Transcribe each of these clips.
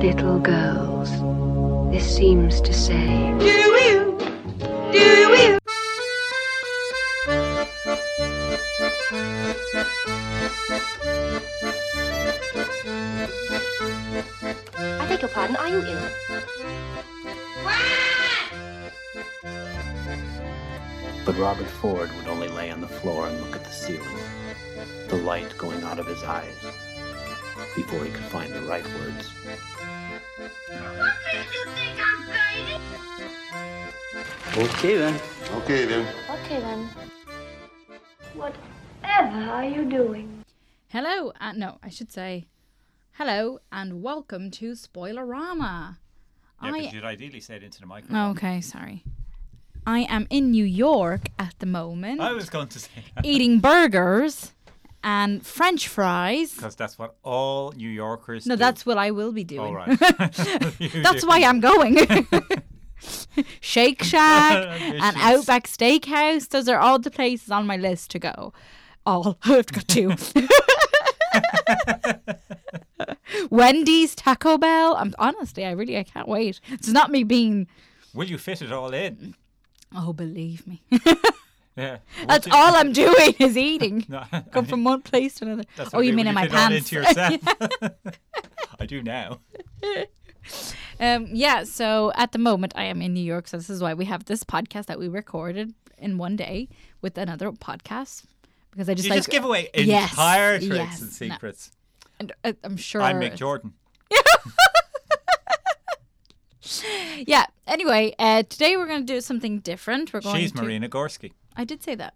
little girls. This seems to say. I beg your pardon, are you ill? But Robert Ford would only lay on the floor and look at the ceiling, the light going out of his eyes, before he could find the right words. Okay then. Okay then. Okay then. Whatever are you doing? Hello, uh, no, I should say hello and welcome to Spoilerama. I Yeah, um, oh, because you'd ideally say it into the microphone. okay, sorry. I am in New York at the moment, I was going to say that eating burgers and French fries. because that's what all New Yorkers No, do. that's what I will be doing. all right. That's why I'm going. Shake Shack and Ambitious. Outback Steakhouse. Those are all the places on my list to go. All. I've got two. Wendy's, Taco Bell. I'm honestly, I really, I can't wait. It's not me being. Will you fit it all in? Oh, believe me, Yeah. that's Would you? all I'm doing is eating. No, Go from one place to another. that's oh, what I you do. mean Will in my fit it all pants? into yourself. I do now. Um, yeah, so at the moment I am in New York, so this is why we have this podcast that we recorded in one day with another podcast because I just You like just give away Yes, entire tricks yes, and no. secrets. and, uh, I'm sure I'm Mick Jordan. Yeah. Anyway, uh, today we're going to do something different. We're going She's to Marina Gorski. I did say that.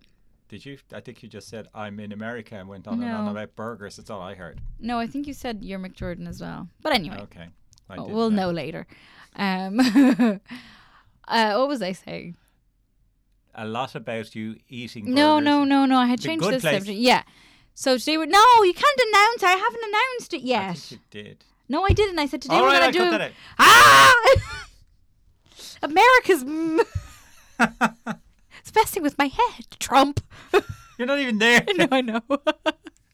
Did you? I think you just said I'm in America and went on and on No. about burgers. That's all I heard. No, I think you said you're Mick Jordan as well. But anyway, Okay. I oh, did we'll know later. Um, uh, what was I saying? a lot about you eating. No, burgers. no, no, no. I had The changed good this place. subject. Yeah. So today we're no, you can't announce. I haven't announced it yet. I think you did. No, I didn't. I said today All we're right, gonna do. I cut that out. Ah! America's. M- it's messing with my head. Trump. You're not even there. no, I know.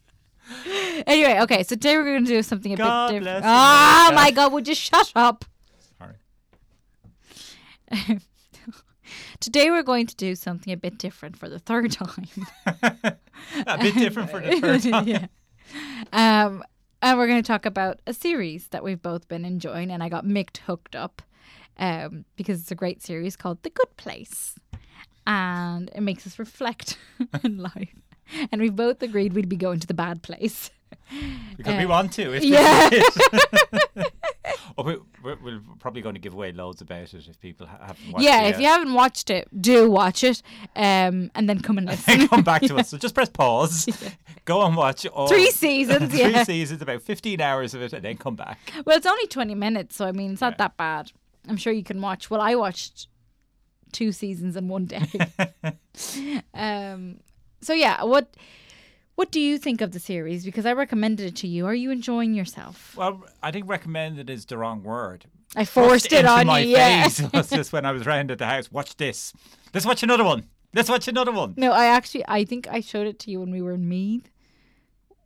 anyway, okay. So today we're gonna do something a God bit different. bless Oh America. my God! Would you shut up? Sorry. Today we're going to do something a bit different for the third time. A bit different for the third time. yeah. Um, and we're going to talk about a series that we've both been enjoying, and I got Micked hooked up um, because it's a great series called The Good Place, and it makes us reflect in life. And we've both agreed we'd be going to the bad place. Because we want to. If yeah. yeah. This is it. oh, we, we're, we're probably going to give away loads about it if people ha- haven't watched yeah, it. if you haven't watched it, do watch it, um, and then come and They listen. come back to us. So just press pause. Go and watch all Three seasons, three yeah. seasons, about fifteen hours of it, and then come back. Well, it's only 20 minutes, so I mean, it's not that bad. I'm sure you can watch. Well, I watched two seasons in one day. um, so yeah, what what do you think of the series? Because I recommended it to you. Are you enjoying yourself? Well, I think recommended is the wrong word. I forced it into on my you. Yeah. face was just when I was round at the house. Watch this. Let's watch another one. Let's watch another one. No, I actually I think I showed it to you when we were in Meath.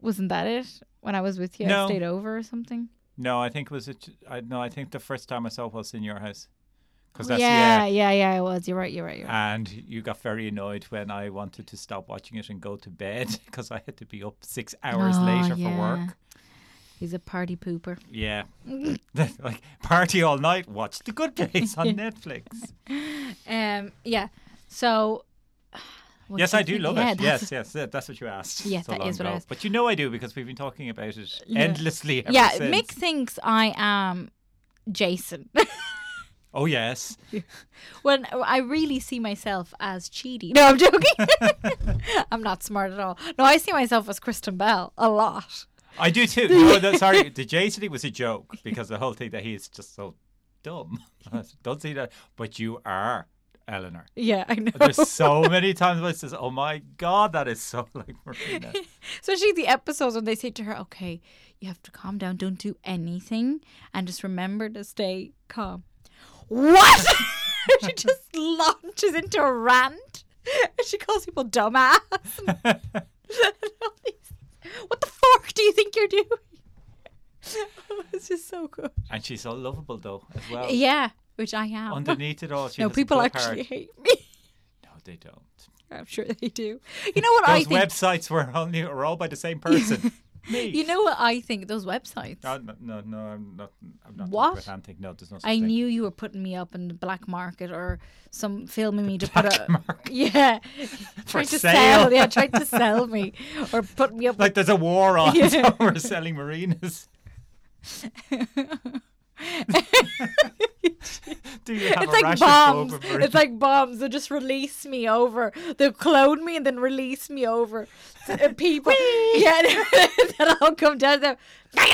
Wasn't that it? When I was with you, I No. stayed over or something. No, I think it was it. I, no, I think the first time I saw it was in your house. Because that's yeah, yeah, yeah, I was. You're right. You're right. You're right. And you got very annoyed when I wanted to stop watching it and go to bed because I had to be up six hours Oh, later yeah. for work. Ah. He's a party pooper. Yeah. like, party all night, watch The Good Place on Netflix. Um, yeah. So. what yes, do you I do think? love Yeah, it. that's- Yes, yes, yeah, that's what you asked. Yes, so that long is what I ago. asked. But you know I do because we've been talking about it endlessly ever yeah, since. Mick thinks I am Jason. Oh, yes. when I really see myself as Cheedy. No, I'm joking. I'm not smart at all. No, I see myself as Kristen Bell a lot. I do too. No, no, sorry. The Jason was a joke because the whole thing that he is just so dumb. Don't see that. But you are Eleanor. Yeah, I know. There's so many times where it says, "Oh my God, that is so like Marina." Especially the episodes when they say to her, okay, you have to calm down, don't do anything, and just remember to stay calm. What? she just launches into a rant. And she calls people dumbass. And all these- what the fuck do you think you're doing? it's just so good. And she's so lovable though as well. Yeah, which I am. Underneath it all, she no, doesn't people look actually hard. hate me. No, they don't. I'm sure they do. You know what I Those think? websites were only were all by the same person. Me. Oh, You know what I think? Those websites. No, no, no, no, I'm not. I'm not What? Romantic. No, there's no. Such I thing. knew you were putting me up in the black market or some filming me to put Black a market. yeah, trying to sell. sale. Yeah, trying to sell me or put me up. Like there's a war on Yeah. so we're selling marinas. Do you have it's a like rash bombs. Of It's like bombs. They'll just release me over. They'll clone me and then release me over. to, uh, people, yeah, that all come down there like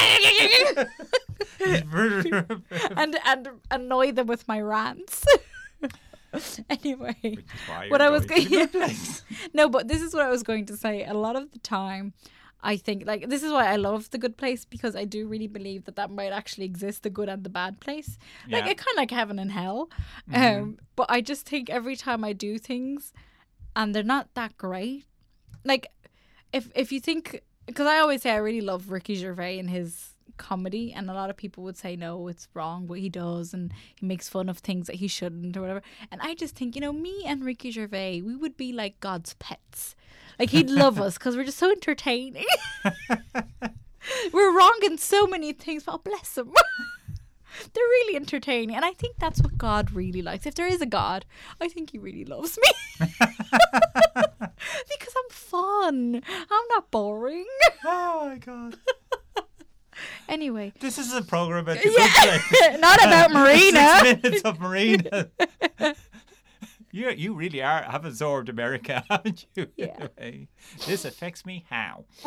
and and annoy them with my rants. anyway. What I was going no, but this is what I was going to say. A lot of the time, I think like this is why I love the good place because I do really believe that that might actually exist, the good and the bad place. Like Yeah. it kind of like heaven and hell. Mm-hmm. Um, but I just think every time I do things, and they're not that great. Like if if you think because I always say I really love Ricky Gervais and his comedy and a lot of people would say no it's wrong what he does and he makes fun of things that he shouldn't or whatever and I just think you know me and Ricky Gervais we would be like God's pets like he'd love us because we're just so entertaining we're wrong in so many things but oh, bless him they're really entertaining and I think that's what God really likes if there is a God I think he really loves me because I'm fun. I'm not boring. Oh my god! anyway, This is a program about the good place. not about Marina. Six minutes of Marina. you you really are have absorbed America, haven't you? Yeah. This affects me how?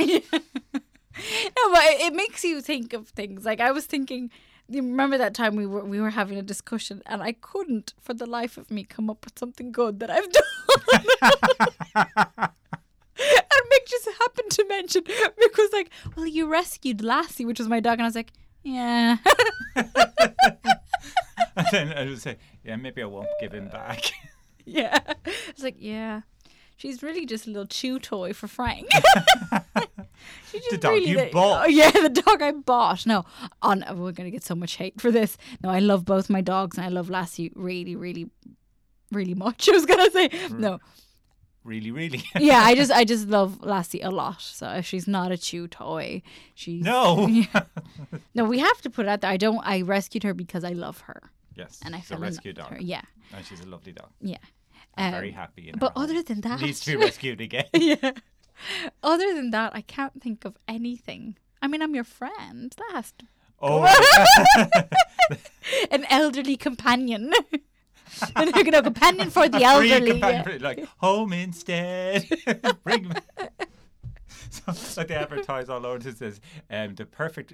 No, but it, it makes you think of things. Like I was thinking. You remember that time we were we were having a discussion, and I couldn't, for the life of me, come up with something good that I've done. and Mick just happened to mention Mick was like, "Well, you rescued Lassie, which was my dog," and I was like, "Yeah." And then I would say, yeah, maybe I won't give him back. Yeah. It's like, yeah. She's really just a little chew toy for Frank. She just The dog you the- bought. Oh, yeah, the dog I bought. No, on oh, we're gonna get so much hate for this. No, I love both my dogs and I love Lassie really, really, really much. I was gonna say no. really, really. Yeah, I just I just love Lassie a lot. So if she's not a chew toy, she's no. No, we have to put it out there. I don't. I rescued her because I love her Yes. and I it's fell a in love rescue with dog. her. Yeah, And she's a lovely dog. yeah. Very Um, happy. In her But home. other than that, needs to be rescued again. yeah. Other than that, I can't think of anything. I mean, I'm your friend. That has to Oh, an elderly companion. no, no, companion for the elderly. yeah. companion, like home instead. Bring me. So, like they advertise all over. It says um, the perfect,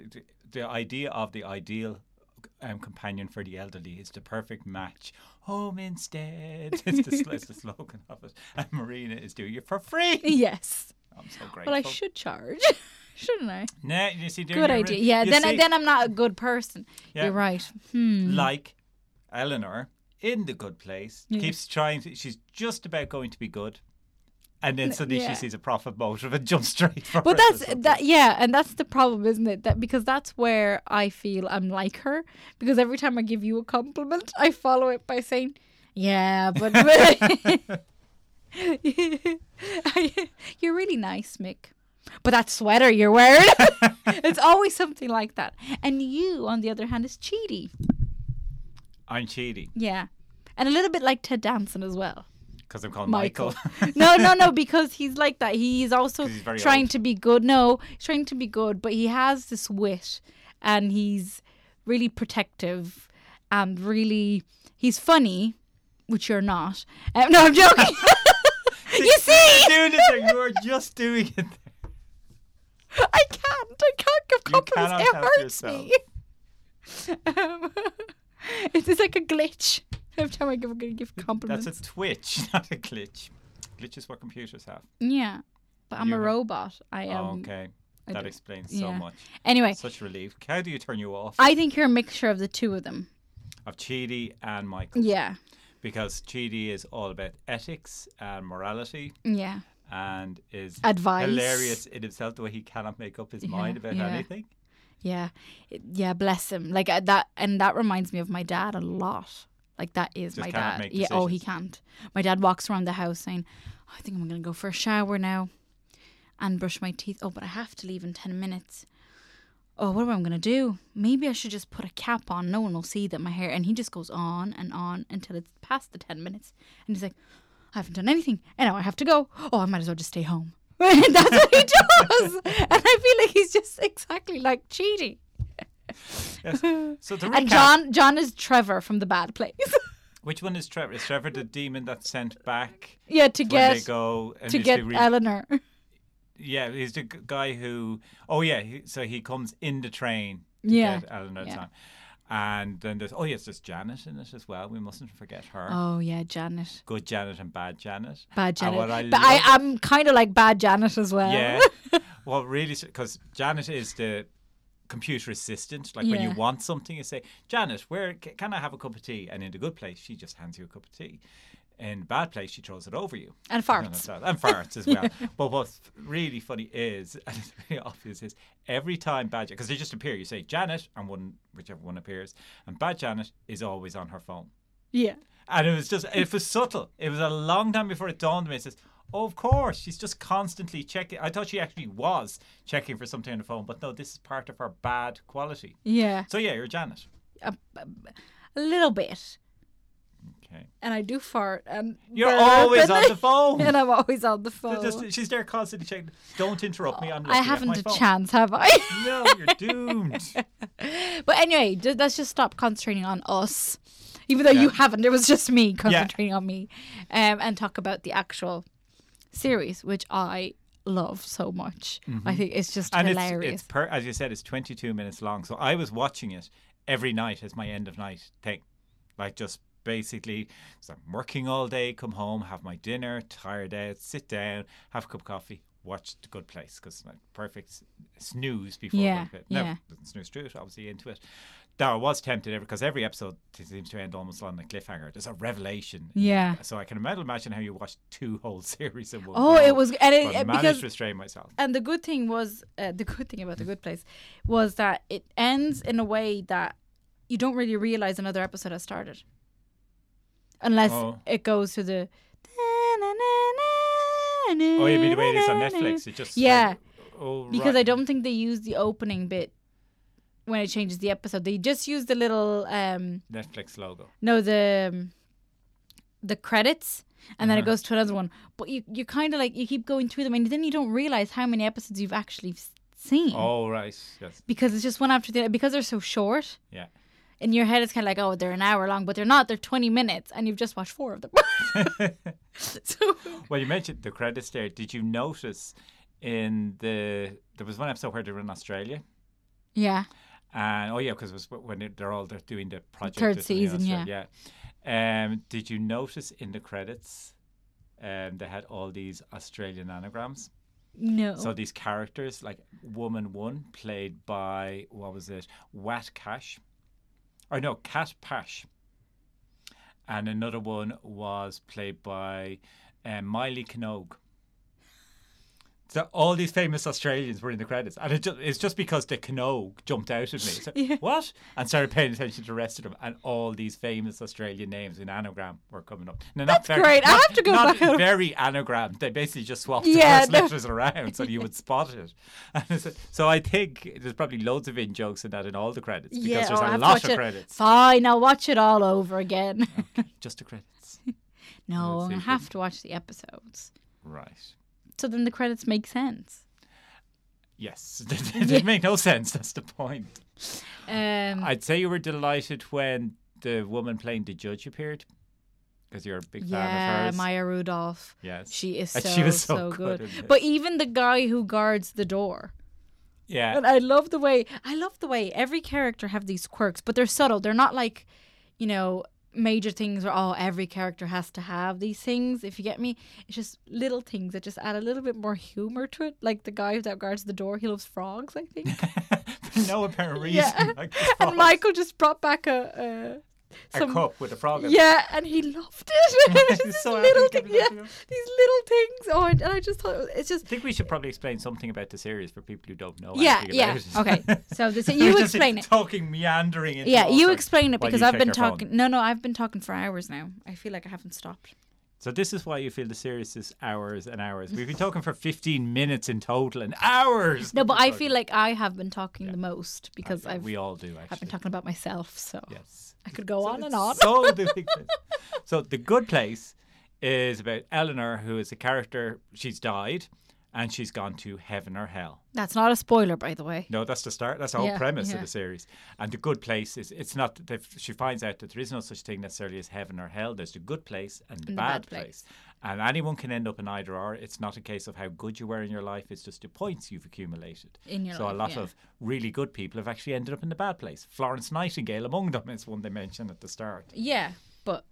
the idea of the ideal um, companion for the elderly is the perfect match. Home instead. It's the, sl- it's the slogan of it. And Marina is doing it for free. Yes. I'm so grateful. Well, I should charge, shouldn't I? Nah, you see, doing Good your- idea. Yeah. you Then, I, see- then I'm not a good person. Yeah. You're right. Hmm. Mm-hmm. like Eleanor in the good place keeps trying to, she's just about going to be good and then suddenly yeah. she sees a profit motive and jumps straight for But it or that's something. that. Yeah, and that's the problem, isn't it? That because that's where I feel I'm like her. Because every time I give you a compliment, I follow it by saying, "Yeah, but you're really nice, Mick." But that sweater you're wearing, it's always something like that. And you, on the other hand, is cheaty. I'm cheating Yeah. And a little bit like Ted Danson as well. because I'm called Michael, Michael. no, no, no, because he's like that. He's also 'Cause he's very trying old. to be good. No, he's trying to be good, but he has this wit and he's really protective and really he's funny, which you're not. Um, no, I'm joking. you see, You're doing it there. you are just doing it there. I can't. I can't give cannot compliments. It help hurts yourself. me. um, it's, it's like a glitch. Every time I give, I give compliments. that's a twitch not a glitch glitch is what computers have yeah, but I'm You a have- robot. I am. oh, okay that do- explains so yeah. much Anyway, such relief how do you turn you off I think you're a mixture of the two of them. of Chidi and Michael Yeah. because Chidi is all about ethics and morality Yeah. and is Advice. hilarious in himself the way he cannot make up his mind about yeah. anything. Yeah, It- yeah. Bless him. Like uh, that, and that reminds me of my dad a lot. Like that is Just my can't dad. make yeah. Oh, he decisions. can't. My dad walks around the house saying, oh, "I think I'm gonna go for a shower now, and brush my teeth. Oh, but I have to leave in ten minutes. Oh, what am I gonna do? Maybe I should just put a cap on. No one will see that my hair." And he just goes on and on until it's past the ten minutes, and he's like, "I haven't done anything, and now I have to go. Oh, I might as well just stay home." That's what he does, and I feel like he's just exactly like cheating. Yes. So to recap, And John, John is Trevor from the Bad Place. which one is Trevor? Is Trevor the demon that's sent back yeah, to when they get go and to is get they re- Eleanor. Yeah, he's the g- guy who. Oh yeah, he, so he comes in the train. To Yeah, get Eleanor yeah. Time. And then there's oh yes, there's Janet in it as well. We mustn't forget her. Oh yeah, Janet, Good Janet and bad Janet. bad And Janet. what I but I love- am kind of like bad Janet as well. Yeah. well, really, because Janet is the computer assistant. Like when you Yeah. want something, you say, Janet, where c- can I have a cup of tea? And in the good place, she just hands you a cup of tea. In bad place, she throws it over you. and No, no, farts. sorry. And farts as well. But what's really funny is, and it's really obvious, is every time Bad because they just appear, you say Janet, and one whichever one appears, and Bad Janet is always on her phone. Yeah, And it was just, it was subtle. It was a long time before it dawned on me. It says, oh, of course, she's just constantly checking. I thought she actually was checking for something on the phone, but no, this is part of her bad quality. yeah, So yeah, you're Janet. a, a- a little bit. Okay. And I do fart. And You're but- always but- on the phone. And I'm always on the phone. They're just- she's there constantly checking. Don't interrupt me. I'm looking I at my haven't a phone. chance, have I? No, you're doomed. But anyway, ju- let's just stop concentrating on us, even though you Yeah. haven't. It was just me concentrating on me, um, and talk about the actual series, which I love so much. I think it's just Mm-hmm. and it's, hilarious. it's per, as you said, it's 22 minutes long. So I was watching it every night as my end of night thing, like just basically, so I'm working all day, come home, have my dinner, tired out, sit down, have a cup of coffee, watch The Good Place because like perfect s- snooze before Yeah, going to bed. No, yeah. doesn't snooze through it. Obviously into it. Now I was tempted because every episode t- seems to end almost on a cliffhanger. There's a revelation. yeah. So I can imagine how you watched two whole series in one. Oh, go, it was, and But it, I it- managed because to restrain myself. and the good thing was uh, the good thing about the good place was that it ends in a way that you don't really realize another episode has started unless Oh. it goes to the Oh, you mean the way it is on Netflix? It just Yeah. like, oh, because I right. don't think they use the opening bit when it changes the episode. They just use the little um Netflix logo. no the um, the credits and then it Uh-huh. goes to another one. But you you kind of like you keep going through them and then you don't realize how many episodes you've actually s- seen Oh right, yes, because it's just one after the other because they're so short. yeah. In your head, it's kind of like, oh, they're an hour long, but they're not. They're 20 minutes, and you've just watched four of them. so, Well, you mentioned the credits there. Did you notice in the there was one episode where they were in Australia, yeah. and oh yeah, because it was when it- they're all they're doing the project Third or something in season, Australia, yeah. Um, did you notice in the credits? Um, they had all these Australian anagrams. No. So these characters, like Woman One, played by what was it, Wat Cash, or no, Cat Pash, and another one was played by um, Miley Knogue. So all these famous Australians were in the credits, and it just, it's just because the Knogue jumped out at me. So, What? And started paying attention to the rest of them, and all these famous Australian names in anagram were coming up. Now, not That's great. I not- have to go not back and very anagram. They basically just swapped Yeah, the first no. letters around so you would spot it. And it's- so I think there's probably loads of in jokes in that in all the credits because yeah, there's oh, I a have to lot watch of it. credits. Fine, I'll watch it all over again. Just the credits. no, I'm gonna season. have to watch the episodes. Right. So then the credits make sense. Yes. it make no sense. That's the point. Um, I'd say you were delighted when the woman playing the judge appeared because you're a big fan of yeah, hers. Maya Rudolph. yes. She is so And she was so, so good. good in this. But even the guy who guards the door. yeah. And I love the way I love the way every character have these quirks, but they're subtle. They're not like, you know, major things where oh every character has to have these things. If you get me, it's just little things that just add a little bit more humor to it. Like the guy that guards the door, he loves frogs, I think. For no apparent reason. Yeah. Like, and Michael just brought back a, a some- cup with a frog in it. Yeah, and he loved it. He's It's so these happy little to things, give it yeah, to you. these little things. Oh, and and I just thought it was, it's just I think we should probably explain something about the series for people who don't know. yeah, anything yeah. about it. Okay, so this, We're you just explain it. Talking meandering. into Yeah, all you sorts explain it while you because I've check been your phone. talking. No, no, I've been talking for hours now. I feel like I haven't stopped. So this is why you feel the series is hours and hours. We've been talking for 15 minutes in total and hours. No, but I feel like I have been talking the most because I've we all do actually. I've been talking about myself, so Yes. I could go So on and it's on. So the big place. So the good place is about Eleanor, who is a character. She's died, and she's gone to heaven or hell. That's not a spoiler, by the way. No, that's the start. That's the whole Yeah, premise yeah. of the series. And the good place is it's not that they've- she finds out that there is no such thing necessarily as heaven or hell. There's the good place and the, bad, bad place. place. And anyone can end up in either or. It's not a case of how good you were in your life. It's just the points you've accumulated. In your so life, a lot yeah. of really good people have actually ended up in the bad place. Florence Nightingale among them is one they mention at the start. Yeah, but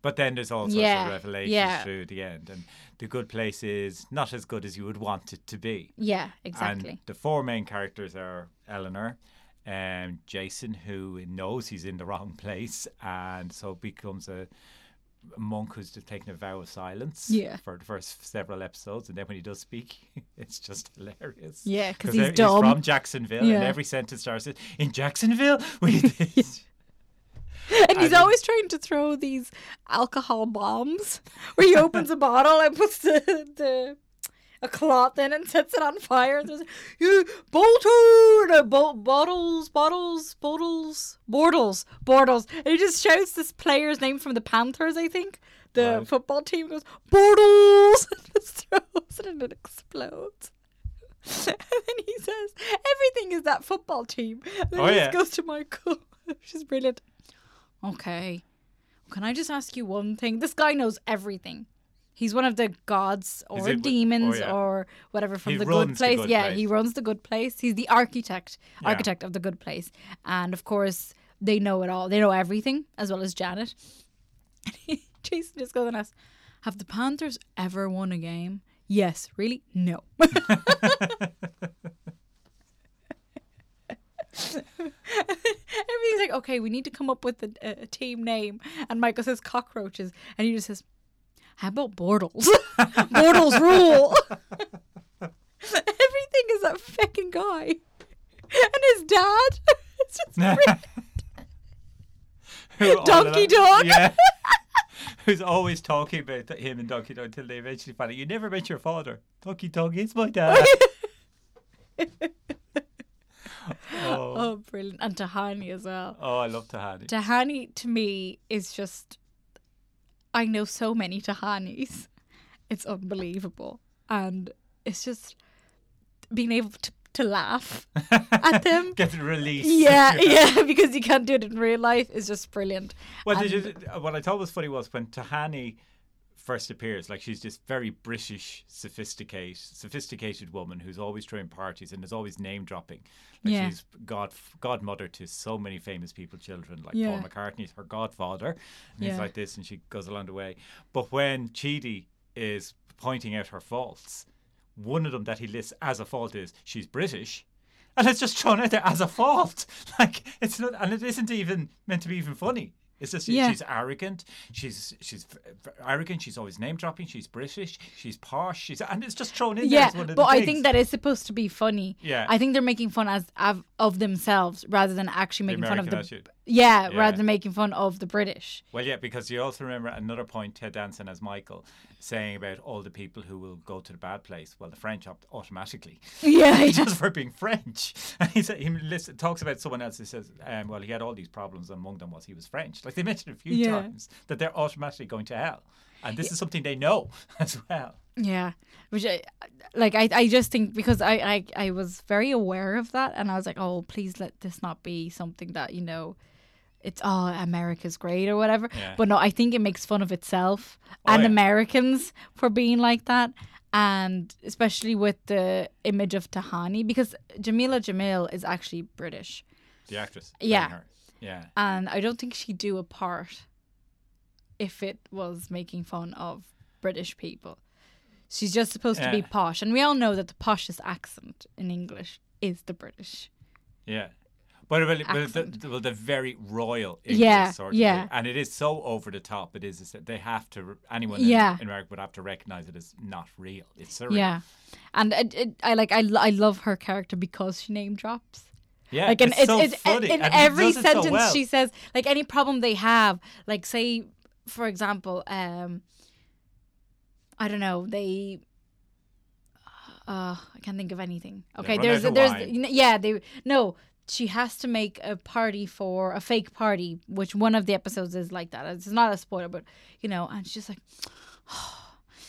But then there's all sorts Yeah, of revelations yeah. through the end. And the good place is not as good as you would want it to be. yeah, exactly. And the four main characters are Eleanor, um, Jason, who knows he's in the wrong place, and so becomes a monk who's just taken a vow of silence Yeah. for the first several episodes, and then when he does speak, it's just hilarious. Yeah, 'cause they're- he's dumb. from Jacksonville, Yeah. and every sentence starts with, "In Jacksonville, we." did." And, he's and- always trying to throw these alcohol bombs where he opens a bottle and puts the, the a cloth in and sets it on fire. And there's you Bolton, bo- bottles, bottles, bottles, Bortles, Bortles, and he just shouts this player's name from the Panthers, I think. The Right. football team goes Bortles and just throws it and it explodes. and then he says, "Everything is that football team." And then Oh, he yeah. just goes to Michael, which is brilliant. Okay, can I just ask you one thing? This guy knows everything. He's one of the gods or it- oh, demons yeah. or whatever from He the runs good the place. Good yeah, Place. he runs the good place. He's the architect, architect of the good place, and of course they know it all. They know everything as well as Janet. Jason just goes and asks, "Have the Panthers ever won a game?" Yes. Really? No. Everything's like, okay, we need to come up with a, a- a team name. And Michael says cockroaches. And he just says, how about Bortles? Bortles rule. Everything is that fucking guy. And his dad. It's just brilliant. Who all Donkey along- Dog. Yeah. Who's always talking about th- him and Donkey Dog until they eventually find out you never met your father. Donkey Dog is my dad. oh. Oh, brilliant. And Tahani as well. Oh, I love Tahani. Tahani to me is just I know so many Tahanis. It's unbelievable. And it's just being able to, to laugh at them. Get it released. yeah, yeah, because you can't do it in real life is just brilliant. Well, did And- you, what I thought was funny was when Tahani first appears, like she's this very British, sophisticated, sophisticated woman who's always throwing parties and is always name dropping. Like Yeah. she's god godmother to so many famous people, children like Yeah. Paul McCartney is her godfather, and Yeah. he's like this, and she goes along the way. But when Chidi is pointing out her faults, one of them that he lists as a fault is she's British. And it's just thrown out there as a fault. Like it's not, and it isn't even meant to be even funny. It's just Yeah. she's arrogant. She's she's v- v- arrogant. She's always name dropping. She's British. She's posh. She's and it's just thrown in there. yeah, as one of but the I things. think that is supposed to be funny. Yeah. I think they're making fun as of, of themselves rather than actually The making fun of American the attitude. yeah, Yeah. rather than making fun of the British. Well, yeah, because you also remember another point Ted Danson as Michael saying about all the people who will go to the bad place. Well, the French opt automatically. Yeah, yeah. just for being French. And he said, he lists, talks about someone else. He says, um, well, he had all these problems, and among them was he was French. Like they mentioned a few Yeah. times that they're automatically going to hell, and this is something they know as well. Yeah, which I like. I, I just think because I, I I was very aware of that, and I was like, oh, please let this not be something that you know, it's oh America's great or whatever. Yeah. But no, I think it makes fun of itself Oh, and yeah. Americans for being like that, and especially with the image of Tahani because Jamila Jamil is actually British, The actress, playing Yeah. her. yeah. and I don't think she'd do a part if it was making fun of British people. She's just supposed to be Yeah. posh, and we all know that the poshest accent in English is the British. Yeah. But well, well, accent. the, well, the very royal English Yeah, sort of yeah. thing. and it is so over the top. It is. It's, they have to. Anyone Yeah. in, in America would have to recognize it as not real. It's surreal. Yeah. And it, it, I like I, lo- I love her character because she name drops. yeah. Like in, it's it's, so it's- funny. in and he every does it so sentence well. she says like any problem they have, like say for example, um I don't know, they uh I can't think of anything. They Okay, run there's out of there's wine. yeah, they no she has to make a party for a fake party, which one of the episodes is like that. It's not a spoiler, but you know, and she's like,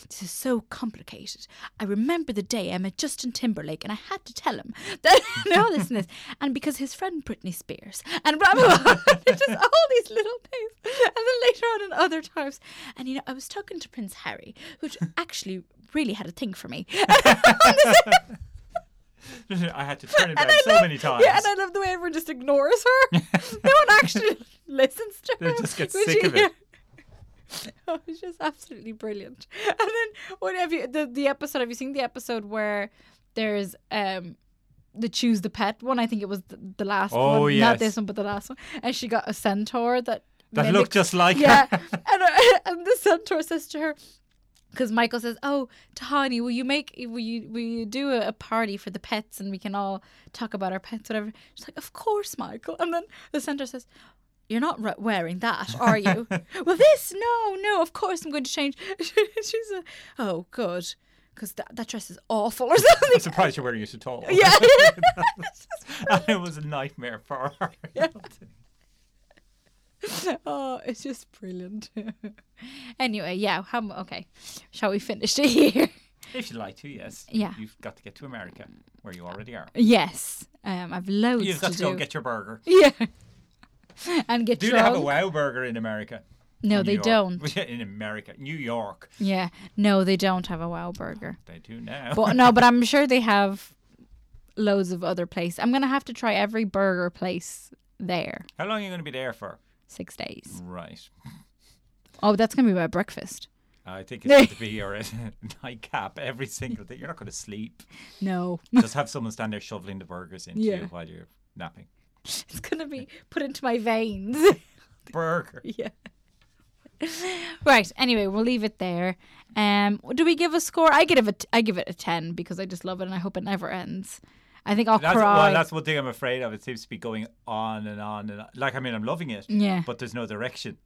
this is so complicated. I remember the day I met Justin Timberlake and I had to tell him that no, this and this. And because his friend Britney Spears and blah, blah, blah. It's just all these little things. And then later on in other times, and you know, I was talking to Prince Harry, who actually really had a thing for me. I had to turn it back And I so love- many times. Yeah, and I love the way everyone just ignores her. no one actually listens to They her. just get when sick she- of it. Oh, it's just absolutely brilliant. And then what have you the, the episode have you seen the episode where there's um the choose the pet one? I think it was the, the last one, Oh, Not yes. this one but the last one. And she got a centaur that that mimicked- looked just like yeah, her. and, uh, and the centaur says to her, because Michael says, "Oh, Tahani, will you make will you will you do a, a party for the pets and we can all talk about our pets, whatever?" She's like, "Of course, Michael." And then the centaur says. You're not re- wearing that, are you? well, this, no, no. Of course, I'm going to change. She's a, oh, good, because that that dress is awful or I'm something. surprised you're wearing it at all. yeah, and it was a nightmare for her. oh, it's just brilliant. anyway, yeah. How, m- okay, shall we finish it here? If you like to, yes. Yeah. You've got to get to America, where you already are. Yes. Um, I've loads You've got to, do. go and get your burger. yeah. and get Do they drunk. have a wow burger in America? no, In they New York. don't. in America, New York, Yeah. No, they don't have a wow burger. they do now. But no, but I'm sure they have loads of other places. I'm going to have to try every burger place there. How long are you going to be there for? 6 days. Right. Oh, that's going to be my breakfast. I think it's going to be your uh, nightcap every single day. You're not going to sleep. No. Just have someone stand there shoveling the burgers into Yeah. you while you're napping. it's going to be put into my veins. Burger. yeah. Right. Anyway, we'll leave it there. Um, do we give a score? I give it. I give it a ten because I just love it and I hope it never ends. I think I'll That's, cry. well, that's one thing I'm afraid of. It seems to be going on and on and on. Like, I mean, I'm loving it, Yeah. but there's no direction.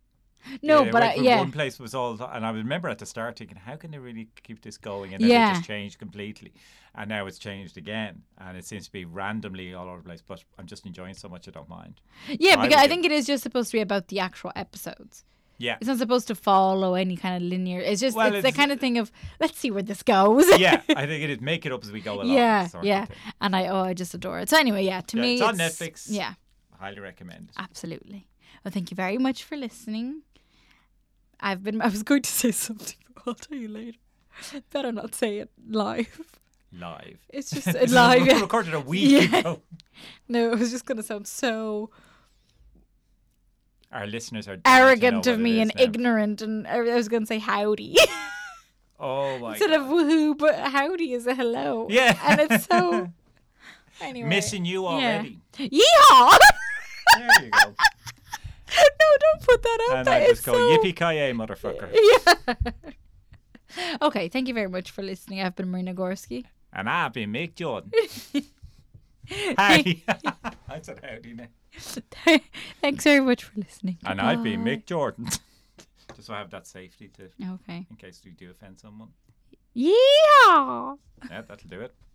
no, Yeah, but right, I, when yeah, One place was all, and I remember at the start thinking, how can they really keep this going? And then Yeah. it just changed completely. And now it's changed again. And it seems to be randomly all over the place. But I'm just enjoying so much, I don't mind. yeah. I Because would I give- think it is just supposed to be about the actual episodes. Yeah. It's not supposed to follow any kind of linear. It's just Well, it's, the it's- kind of thing of let's see where this goes. yeah. I think it is make it up as we go along. yeah, sort of yeah. thing. And I oh, I just adore it. So anyway, yeah. To Yeah, me, it's on Netflix. Yeah, Highly recommend it. absolutely. Well, thank you very much for listening. I've been. I was going to say something, but I'll tell you later. Better not say it live. Live. It's just uh, This is live. re- Yeah. recorded a week Yeah. ago. No, it was just going to sound so Our listeners are dying to arrogant know of what it me is and now. ignorant, and I was going to say howdy. Oh my instead god. of woohoo, but howdy is a hello. Yeah. And it's so. Anyway. Missing you already. Yeehaw! There you go. no, don't put that out And there. I just It's go, so- yippee ki yay, motherfucker. Yeah. okay, thank you very much for listening. I've been Marina Gorski. And I've been Mick Jordan. Hi. I said howdy now. Thanks very much for listening. And I've been Goodbye. Mick Jordan. Just so I have that safety to, Okay. in case we do offend someone. Yeehaw! Yeah, that'll do it.